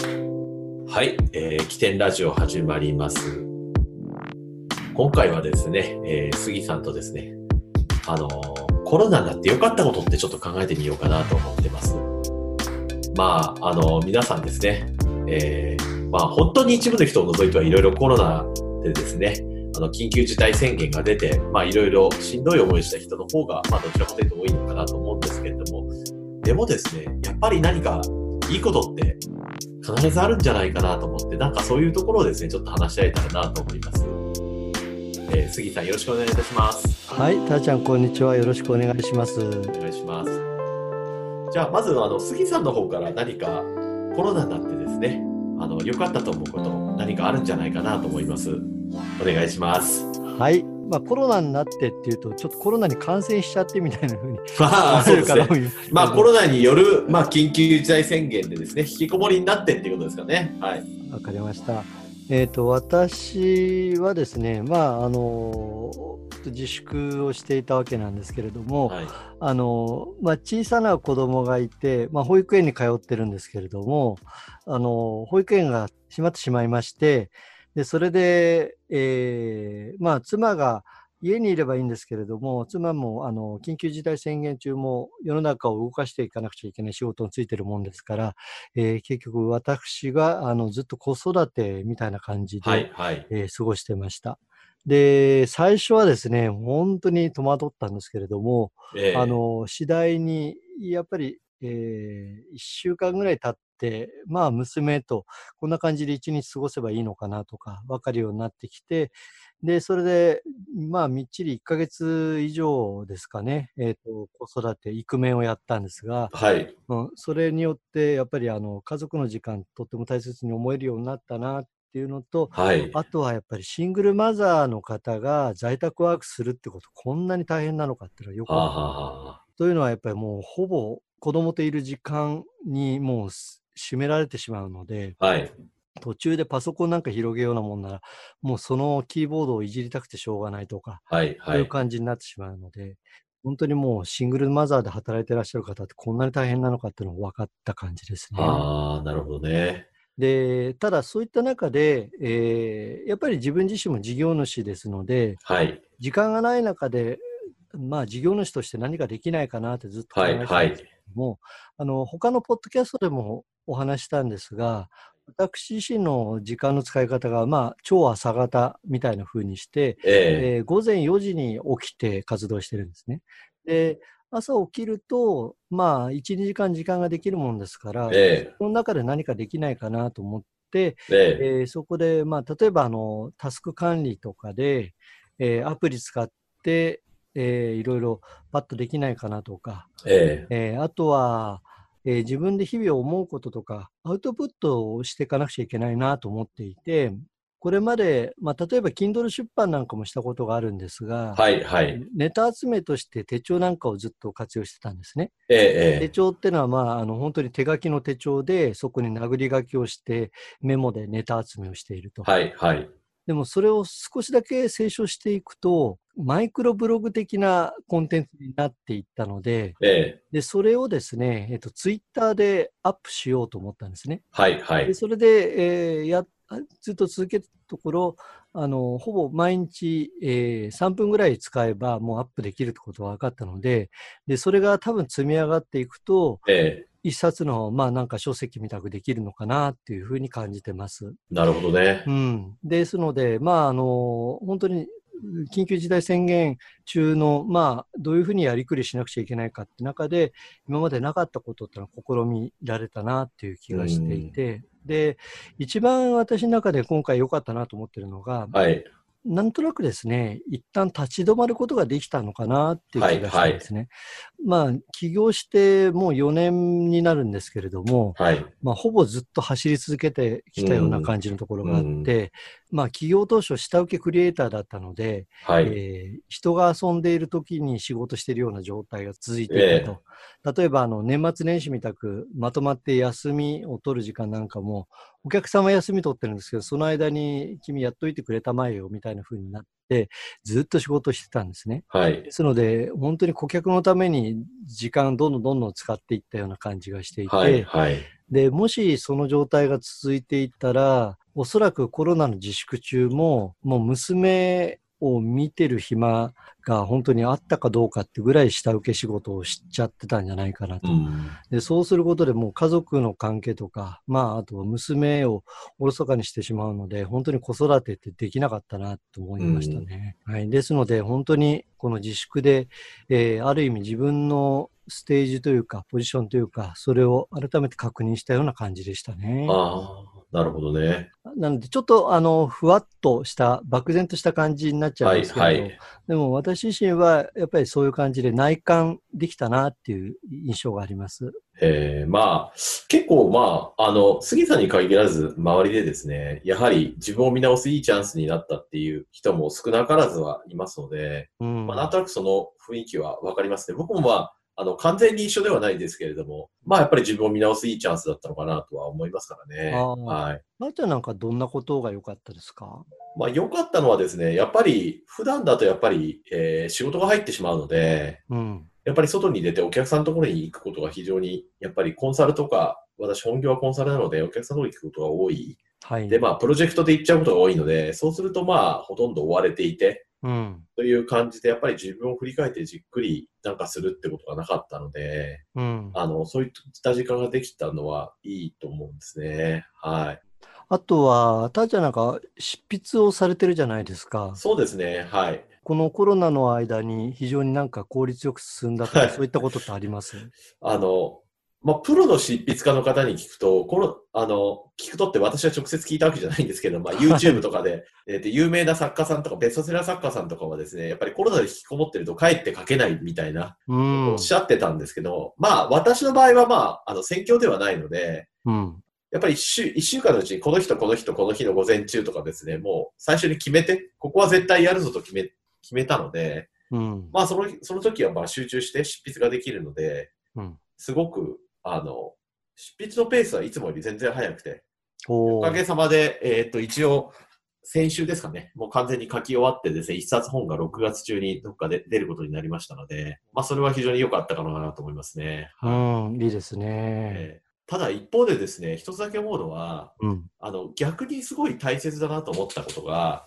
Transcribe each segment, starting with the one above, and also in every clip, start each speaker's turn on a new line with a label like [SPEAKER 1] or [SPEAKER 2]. [SPEAKER 1] はい、えー、起点ラジオ始まります。今回はですね、えー、杉さんとですね、あのーコロナになって良かったことってちょっと考えてみようかなと思ってます。まあ、あのー皆さんですね、えーまあ、本当に一部の人を除いてはいろいろコロナでですね、あの緊急事態宣言が出て、まあ、いろいろしんどい思いをした人の方が、まあ、どちらかというと多いのかなと思うんですけれども、でもですね、やっぱり何かいいことって必ずあるんじゃないかなと思って、なんかそういうところをですね、ちょっと話し合えたらなと思います。えー杉さん、よろしくお願いいたします。
[SPEAKER 2] はい、たーちゃんこんにちは。よろしくお願いします。
[SPEAKER 1] お願いします。じゃあ、まずあの杉さんの方から何かコロナになってですね、あの良かったと思うこと、何かあるんじゃないかなと思います。お願いします。
[SPEAKER 2] はい、まあコロナになってっていうとちょっとコロナに感染しちゃってみたい な風に
[SPEAKER 1] まあ、そ
[SPEAKER 2] 思わ
[SPEAKER 1] う
[SPEAKER 2] れ
[SPEAKER 1] で
[SPEAKER 2] るか
[SPEAKER 1] す
[SPEAKER 2] ら
[SPEAKER 1] ね。。まあ、コロナによる、まあ、緊急事態宣言でですね、引きこもりになってっていうことですかね。はい。
[SPEAKER 2] わかりました。えっ、と私はですね、まああの自粛をしていたわけなんですけれども、
[SPEAKER 1] はい。
[SPEAKER 2] あのまあ、小さな子供がいて、まあ、保育園に通ってるんですけれどもあの保育園が閉まってしまいましてでそれで、えーまあ、妻が家にいればいいんですけれども妻もあの緊急事態宣言中も世の中を動かしていかなくちゃいけない仕事についてるもんですから、えー結局私があのずっと子育てみたいな感じで、
[SPEAKER 1] はい。はい。
[SPEAKER 2] えー過ごしてました。で最初はですね本当に戸惑ったんですけれども、
[SPEAKER 1] えー
[SPEAKER 2] あ、の次第にやっぱり、え1週間ぐらい経ってまあ娘とこんな感じで一日過ごせばいいのかなとか分かるようになってきてでそれでまあみっちり1ヶ月以上ですかね、えーと子育て育面をやったんですが、
[SPEAKER 1] はい。
[SPEAKER 2] うん、それによってやっぱりあの家族の時間とっても大切に思えるようになったなっていうのと
[SPEAKER 1] はい。
[SPEAKER 2] あとはやっぱりシングルマザーの方が在宅ワークするってことこんなに大変なのかっていうのはよく
[SPEAKER 1] はあ、はあはあ、
[SPEAKER 2] というのはやっぱりもうほぼ子供といる時間にもうす占められてしまうので
[SPEAKER 1] はい。
[SPEAKER 2] 途中でパソコンなんか広げようなもんならもうそのキーボードをいじりたくてしょうがないとか
[SPEAKER 1] はい。
[SPEAKER 2] そ
[SPEAKER 1] はい。
[SPEAKER 2] ういう感じになってしまうので、本当にもうシングルマザーで働いてらっしゃる方ってこんなに大変なのかっていうのが分かった感じですね。
[SPEAKER 1] ああ、なるほどね。
[SPEAKER 2] でただそういった中で、えーやっぱり自分自身も事業主ですので
[SPEAKER 1] はい。
[SPEAKER 2] 時間がない中でまあ事業主として何かできないかなってずっと考
[SPEAKER 1] はい。
[SPEAKER 2] えてたんです
[SPEAKER 1] はい。
[SPEAKER 2] もあの他のポッドキャストでもお話したんですが私自身の時間の使い方が、まあ、超朝方みたいな風にして、
[SPEAKER 1] ええ
[SPEAKER 2] えー午前4時に起きて活動してるんですね。で朝起きると、まあ、1、2時間時間ができるもんですから、
[SPEAKER 1] え
[SPEAKER 2] その中で何かできないかなと思って、
[SPEAKER 1] えええ
[SPEAKER 2] えーそこで、まあ、例えばあのタスク管理とかで、えーアプリ使って、えーいろいろパッとできないかなとか、
[SPEAKER 1] え
[SPEAKER 2] えーあとは、えー自分で日々思うこととか、アウトプットをしていかなくちゃいけないなと思っていて、これまで、まあ、例えば Kindle 出版なんかもしたことがあるんですが、
[SPEAKER 1] はい。はい。
[SPEAKER 2] ネタ集めとして手帳なんかをずっと活用してたんですね。
[SPEAKER 1] え
[SPEAKER 2] 手
[SPEAKER 1] ええ
[SPEAKER 2] 帳ってのは、まあ、あの本当に手書きの手帳で、そこに殴り書きをして、メモでネタ集めをしていると。
[SPEAKER 1] はい。はい。
[SPEAKER 2] でもそれを少しだけ清書していくと、マイクロブログ的なコンテンツになっていったので、
[SPEAKER 1] ええ
[SPEAKER 2] で、それをですね、えっと、ツイッターでアップしようと思ったんですね。
[SPEAKER 1] はい。は
[SPEAKER 2] で
[SPEAKER 1] い。
[SPEAKER 2] それで、えーや、ずっと続けたところ、あの、ほぼ毎日、えー3分ぐらい使えばもうアップできるってことが分かったので、で、それが多分積み上がっていくと、
[SPEAKER 1] ええ
[SPEAKER 2] 一冊の、まあなんか書籍みたくできるのかなっていうふうに感じてます。
[SPEAKER 1] なるほどね
[SPEAKER 2] う。ん、ですので、まああの、本当に緊急事態宣言中の、まあ、どういうふうにやりくりしなくちゃいけないかって中で、今までなかったことってのは試みられたなっていう気がしていて、で、一番私の中で今回良かったなと思ってるのが、
[SPEAKER 1] はい。
[SPEAKER 2] なんとなくですね、一旦立ち止まることができたのかなっていう気がしたんですね。まあ、起業してもう4年になるんですけれども、
[SPEAKER 1] はい。
[SPEAKER 2] まあ、ほぼずっと走り続けてきたような感じのところがあって、
[SPEAKER 1] うん
[SPEAKER 2] まあ、企業当初下請けクリエイターだったので、
[SPEAKER 1] はい。
[SPEAKER 2] えー人が遊んでいる時に仕事しているような状態が続いていたと、例えばあの年末年始みたくまとまって休みを取る時間なんかもお客様休み取ってるんですけどその間に君やっといてくれたまえよみたいな風になっって、ずっと仕事してたんですね。
[SPEAKER 1] はい
[SPEAKER 2] で。すので、本当に顧客のために時間どんどんどんどん使っていったような感じがしていて、
[SPEAKER 1] はい。はい。
[SPEAKER 2] で、もしその状態が続いていたら、おそらくコロナの自粛中も、もう娘を見てる暇が本当にあったかどうかってぐらい下請け仕事をしちゃってたんじゃないかな
[SPEAKER 1] う
[SPEAKER 2] と。
[SPEAKER 1] ん。
[SPEAKER 2] で、そうすることでもう家族の関係とか、まあ、あとは娘をおろそかにしてしまうので、本当に子育てってできなかったなと思いましたね。はい。ですので、本当にこの自粛で、えーある意味自分のステージというか、ポジションというか、それを改めて確認したような感じでしたね。
[SPEAKER 1] ああ、なるほどね。
[SPEAKER 2] なので、ちょっと、あの、ふわっとした、漠然とした感じになっちゃうん
[SPEAKER 1] は
[SPEAKER 2] で
[SPEAKER 1] い。
[SPEAKER 2] すけれど、
[SPEAKER 1] はい。
[SPEAKER 2] でも私自身は、やっぱりそういう感じで内観できたなっていう印象があります。
[SPEAKER 1] えー、まあ、結構まあ、あの、杉さんに限らず、周りでですね、やはり自分を見直すいいチャンスになったっていう人も少なからずはいますので、
[SPEAKER 2] うん。
[SPEAKER 1] まあ、なんとなくその雰囲気はわかりますね。僕もまあ、あの、完全に一緒ではないですけれども、まあ、やっぱり自分を見直すいいチャンスだったのかなとは思いますからね。
[SPEAKER 2] あー
[SPEAKER 1] はい。
[SPEAKER 2] まーちゃんなんかどんなことが良かったですか
[SPEAKER 1] まあ、良かったのはですね、やっぱり、普段だとやっぱり、えー仕事が入ってしまうので、
[SPEAKER 2] うん。
[SPEAKER 1] やっぱり外に出てお客さんのところに行くことが非常に、やっぱりコンサルとか、私本業はコンサルなので、お客さんのところに行くことが多い。
[SPEAKER 2] はい。
[SPEAKER 1] で、まあ、プロジェクトで行っちゃうことが多いので、そうするとまあ、ほとんど追われていて、
[SPEAKER 2] うん。
[SPEAKER 1] という感じで、やっぱり自分を振り返ってじっくりなんかするってことがなかったので、
[SPEAKER 2] うん。
[SPEAKER 1] あの、そういった時間ができたのはいいと思うんですね。はい。
[SPEAKER 2] あとは、たーちゃんなんか執筆をされてるじゃないですか。
[SPEAKER 1] そうですね。はい。
[SPEAKER 2] このコロナの間に非常になんか効率よく進んだとか、
[SPEAKER 1] はい
[SPEAKER 2] そういったことってあります
[SPEAKER 1] あの、まあ、プロの執筆家の方に聞くと、この、あの、聞くとって私は直接聞いたわけじゃないんですけど、まあ、
[SPEAKER 2] はい
[SPEAKER 1] YouTube とかで、 えっと、有名な作家さんとか、ベストセラー作家さんとかはですね、やっぱりコロナで引きこもってると帰って書けないみたいな、
[SPEAKER 2] うん。
[SPEAKER 1] おっしゃってたんですけど、まあ、私の場合はまあ、あの、選挙ではないので、
[SPEAKER 2] うん。
[SPEAKER 1] やっぱり一週、一週間のうちにこの人、この人、この日の午前中とかですね、もう最初に決めて、ここは絶対やるぞと決め、決めたので、
[SPEAKER 2] うん。
[SPEAKER 1] まあその、その時はまあ集中して執筆ができるので、
[SPEAKER 2] うん。
[SPEAKER 1] すごく、あの、執筆のペースはいつもより全然早くて、
[SPEAKER 2] お
[SPEAKER 1] おかげさまで、えーっと、一応、先週ですかね、もう完全に書き終わってですね、一冊本が6月中にどっかで出ることになりましたので、まあそれは非常に良かったかなと思いますね。
[SPEAKER 2] うん。いいですね。
[SPEAKER 1] えーただ一方でですね、一つだけ思うのは、
[SPEAKER 2] うん。
[SPEAKER 1] あの、逆にすごい大切だなと思ったことが、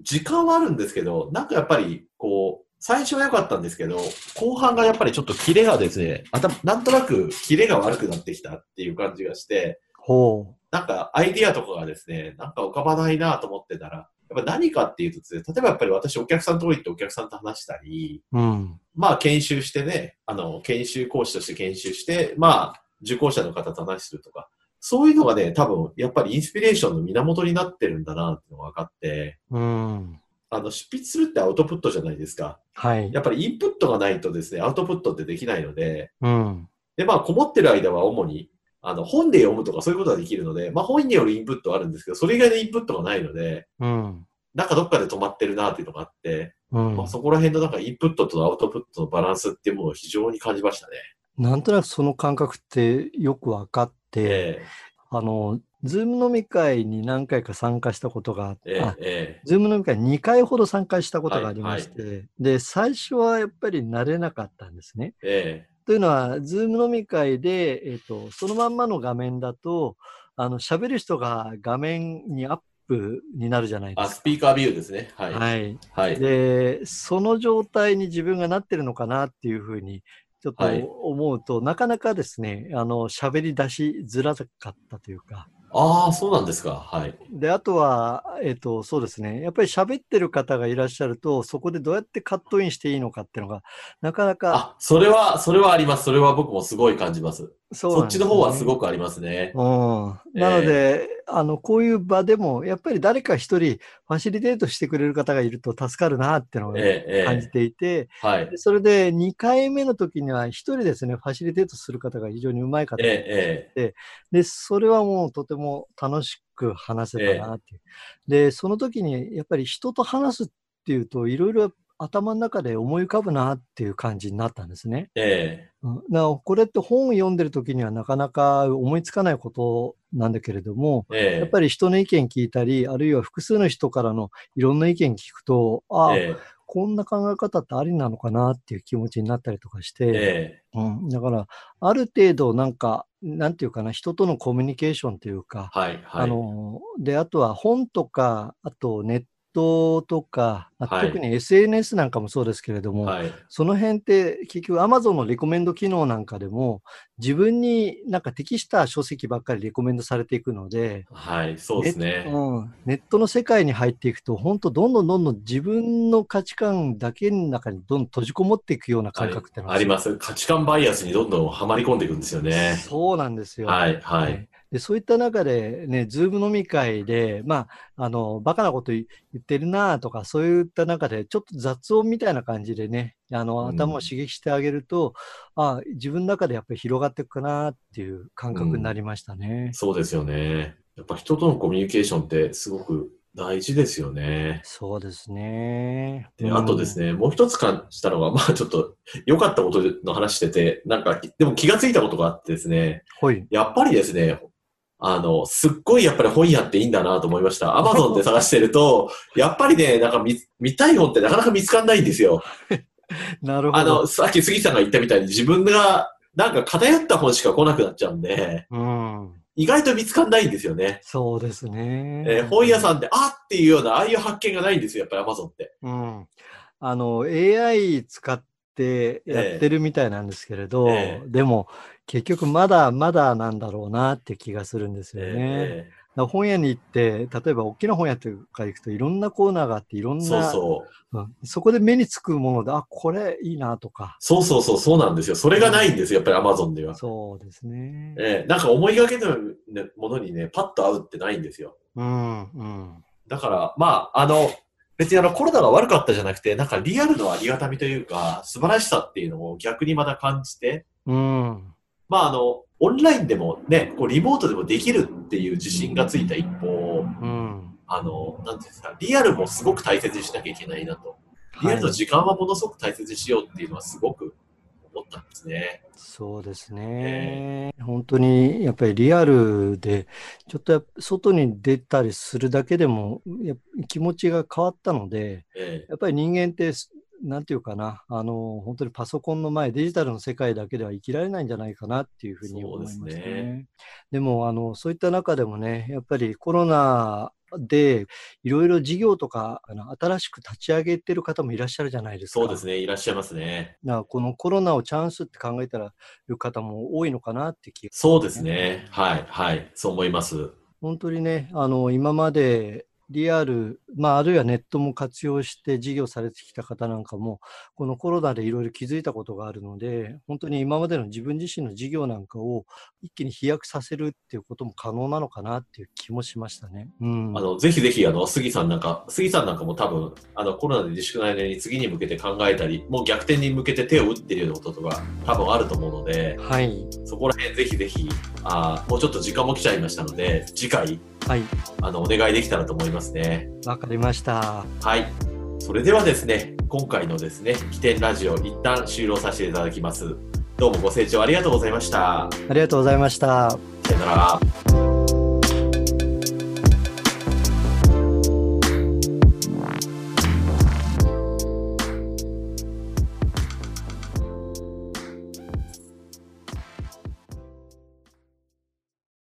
[SPEAKER 1] 時間はあるんですけど、なんかやっぱり、こう、最初は良かったんですけど、後半がやっぱりちょっとキレがですね、頭、なんとなくキレが悪くなってきたっていう感じがして、
[SPEAKER 2] ほ
[SPEAKER 1] なんかアイディアとかがですね、なんか浮かばないなと思ってたら、やっぱ何かっていうとですね、例えばやっぱり私お客さんのとこ行ってお客さんと話したり、
[SPEAKER 2] う。うん。
[SPEAKER 1] まあ研修してね、あの、研修講師として研修して、まあ受講者の方と話するとか、そういうのがね、多分やっぱりインスピレーションの源になってるんだなっていうのが分かって、
[SPEAKER 2] うん。
[SPEAKER 1] あの、執筆するってアウトプットじゃないですか。
[SPEAKER 2] はい。
[SPEAKER 1] やっぱりインプットがないとですね、アウトプットってできないので、
[SPEAKER 2] うん。
[SPEAKER 1] で、まあ、こもってる間は主に、あの、本で読むとかそういうことができるので、まあ、本によるインプットはあるんですけど、それ以外のインプットがないので、
[SPEAKER 2] うん。
[SPEAKER 1] なんかどっかで止まってるなっていうのがあって、
[SPEAKER 2] うん
[SPEAKER 1] まあ、。そこら辺のなんかインプットとアウトプットのバランスっていうものを非常に感じましたね。
[SPEAKER 2] なんとなくその感覚ってよくわかって、
[SPEAKER 1] え
[SPEAKER 2] あの、ズーム飲み会に何回か参加したことがあっ
[SPEAKER 1] ええ
[SPEAKER 2] て、あ
[SPEAKER 1] ええ
[SPEAKER 2] ズーム飲み会2回ほど参加したことがありまして、
[SPEAKER 1] は
[SPEAKER 2] で、最初はやっぱり慣れなかったんですね。
[SPEAKER 1] ええ
[SPEAKER 2] というのは、ズーム飲み会で、えっ、と、そのまんまの画面だと、あの、喋る人が画面にアップになるじゃないで
[SPEAKER 1] あ、
[SPEAKER 2] す
[SPEAKER 1] スピーカービューですね。はい。
[SPEAKER 2] か。
[SPEAKER 1] はい。
[SPEAKER 2] はい。
[SPEAKER 1] はい。
[SPEAKER 2] で、その状態に自分がなってるのかなっていうふうに、ちょっと
[SPEAKER 1] はい
[SPEAKER 2] 思うと、なかなかですね、あの、喋り出しづらかったというか、
[SPEAKER 1] ああ、そうなんですか。はい。
[SPEAKER 2] で、あとは、えっ、と、そうですね。やっぱり喋ってる方がいらっしゃると、そこでどうやってカットインしていいのかっていうのが、なかなか、
[SPEAKER 1] あ、それは、それはあります。それは僕もすごい感じます。
[SPEAKER 2] そ
[SPEAKER 1] そっちの方はす
[SPEAKER 2] く。
[SPEAKER 1] ごくありますね。
[SPEAKER 2] うん。
[SPEAKER 1] えー
[SPEAKER 2] なので、あの、こういう場でも、やっぱり誰か一人、ファシリテートしてくれる方がいると助かるなっていうのを
[SPEAKER 1] え
[SPEAKER 2] ね
[SPEAKER 1] え
[SPEAKER 2] 感
[SPEAKER 1] え
[SPEAKER 2] じていて、
[SPEAKER 1] えはい。
[SPEAKER 2] でそれで2回目の時には、一人ですね、ファシリテートする方が非常にうまい方
[SPEAKER 1] ええええ
[SPEAKER 2] で、それはもうとても楽しく話せたなっていう。で、その時にやっぱり人と話すっていうと、いろいろ頭の中で思い浮かぶなっていう感じになったんですね。
[SPEAKER 1] え
[SPEAKER 2] うんなこれって本を読んでる時にはなかなか思いつかないことなんだけれども、
[SPEAKER 1] えええ
[SPEAKER 2] やっぱり人の意見聞いたり、あるいは複数の人からのいろんな意見聞くと、ああ、
[SPEAKER 1] え
[SPEAKER 2] こんな考え方ってありなのかなっていう気持ちになったりとかし
[SPEAKER 1] え
[SPEAKER 2] て、
[SPEAKER 1] え
[SPEAKER 2] うん、だから、ある程度なんか、なんていうかな、人とのコミュニケーションというか、
[SPEAKER 1] はい、はい。
[SPEAKER 2] あの、で、あとは本とか、あとネットとか、あ
[SPEAKER 1] はい
[SPEAKER 2] 特に SNS なんかもそうですけれども、
[SPEAKER 1] はい、
[SPEAKER 2] その辺って結局 Amazon のレコメンド機能なんかでも自分になんか適した書籍ばっかりレコメンドされていくので、
[SPEAKER 1] はい、そうですね。
[SPEAKER 2] うん、ネットの世界に入っていくと本当どんどんどんどん自分の価値観だけの中にどんどん閉じこもっていくような感覚ってのが
[SPEAKER 1] あります。価値観バイアスにどんどんはまり込んでいくんですよね。
[SPEAKER 2] そうなんですよ。
[SPEAKER 1] はい、はい。
[SPEAKER 2] でそういった中で、ね、ズーム飲み会で、まあ、あの、バカなこと言言ってるなとか、そういった中で、ちょっと雑音みたいな感じでね、あの、
[SPEAKER 1] うん
[SPEAKER 2] 頭を刺激してあげると、あ自分の中でやっぱり広がっていくかなっていう感覚になりましたね。
[SPEAKER 1] そうですよね。やっぱ人とのコミュニケーションってすごく大事ですよね。
[SPEAKER 2] そうですね。
[SPEAKER 1] で、あとですね、もう一つ感じたのが、 まあちょっと良かったことの話してて、なんか、でも気がついたことがあってですね、
[SPEAKER 2] うん。はい。
[SPEAKER 1] やっぱりですね、あの、すっごいやっぱり本屋っていいんだなと思いました。アマゾンで探してる と、やっぱりね、なんか見見たい本ってなかなか見つかんないんですよ。
[SPEAKER 2] なるほ
[SPEAKER 1] あ
[SPEAKER 2] ど。
[SPEAKER 1] の、さっき杉さんが言ったみたいに自分が、なんか偏った本しか来なくなっちゃうんで、
[SPEAKER 2] うん。
[SPEAKER 1] 意外と見つかんないんですよね。
[SPEAKER 2] そうですね。
[SPEAKER 1] えー本屋
[SPEAKER 2] ん。
[SPEAKER 1] さんで、あっていうような、ああいう発見がないんですよ、やっぱりアマゾンって。
[SPEAKER 2] うん。あの、AI 使ってやってるみたいなんですけれど、
[SPEAKER 1] え
[SPEAKER 2] でも、結局まだまだなんだろうなって気がするんですよね。
[SPEAKER 1] え
[SPEAKER 2] だから本屋に行って、例えば大きな本屋とか行くといろんなコーナーがあって、いろん
[SPEAKER 1] ー
[SPEAKER 2] な、
[SPEAKER 1] そうそう。
[SPEAKER 2] うんそこで目につくもので、あ、これいいなとか、
[SPEAKER 1] そうそうそう、そうなんですよ。それがないんですよ、やっぱりアマゾンでは。
[SPEAKER 2] そうですね。
[SPEAKER 1] えーなんか思いがけないものにね、パッと合うってないんですよ。
[SPEAKER 2] うん、うん。
[SPEAKER 1] だから、まあ、あの、別にあのコロナが悪かったじゃなくて、なんかリアルのありがたみというか、素晴らしさっていうのを逆にまだ感じて、
[SPEAKER 2] うん。
[SPEAKER 1] まあ、あの、オンラインでもね、こうリモートでもできるっていう自信がついた一方、
[SPEAKER 2] うん。
[SPEAKER 1] あの、なんていうんですか、リアルもすごく大切にしなきゃいけないなと。リアルの
[SPEAKER 2] はい
[SPEAKER 1] 時間はものすごく大切にしようっていうのはすごく思ったんですね。
[SPEAKER 2] そうですね。本当に、やっぱりリアルで、ちょっとやっぱ外に出たりするだけでも、やっぱ気持ちが変わったので、
[SPEAKER 1] ええ
[SPEAKER 2] やっぱり人間ってす、なんていうかな、あの、本当にパソコンの前、デジタルの世界だけでは生きられないんじゃないかなっていうふうに思いました
[SPEAKER 1] そう
[SPEAKER 2] ね。
[SPEAKER 1] です
[SPEAKER 2] で
[SPEAKER 1] ね
[SPEAKER 2] も、あの、そういった中でもね、やっぱりコロナでいろいろ事業とか、あの、新しく立ち上げてる方もいらっしゃるじゃないですか。
[SPEAKER 1] そうですね、いらっしゃいますね。
[SPEAKER 2] だからこのコロナをチャンスって考えたらる方も多いのかなって気が
[SPEAKER 1] そうですね。はい、はい、そう思います。
[SPEAKER 2] 本当にね、あの、今までリアル、まあ、あるいはネットも活用して事業されてきた方なんかも、このコロナでいろいろ気づいたことがあるので、本当に今までの自分自身の事業なんかを一気に飛躍させるっていうことも可能なのかなっていう気もしましたね。うん。
[SPEAKER 1] あの、ぜひぜひ、あの、杉さんなんか、杉さんなんかも多分、あの、コロナで自粛の間に次に向けて考えたり、もう逆転に向けて手を打っているようなこととか、多分あると思うので、
[SPEAKER 2] はい。
[SPEAKER 1] そこら辺ぜひぜひ、あーもうちょっと時間も来ちゃいましたので、次回、
[SPEAKER 2] はい。
[SPEAKER 1] あの、お願いできたらと思いますね。
[SPEAKER 2] わかりました。
[SPEAKER 1] はい。それではですね、今回のですね、起点ラジオ、一旦終了させていただきます。どうもご清聴ありがとうございました。
[SPEAKER 2] ありがとうございました。
[SPEAKER 1] さよなら。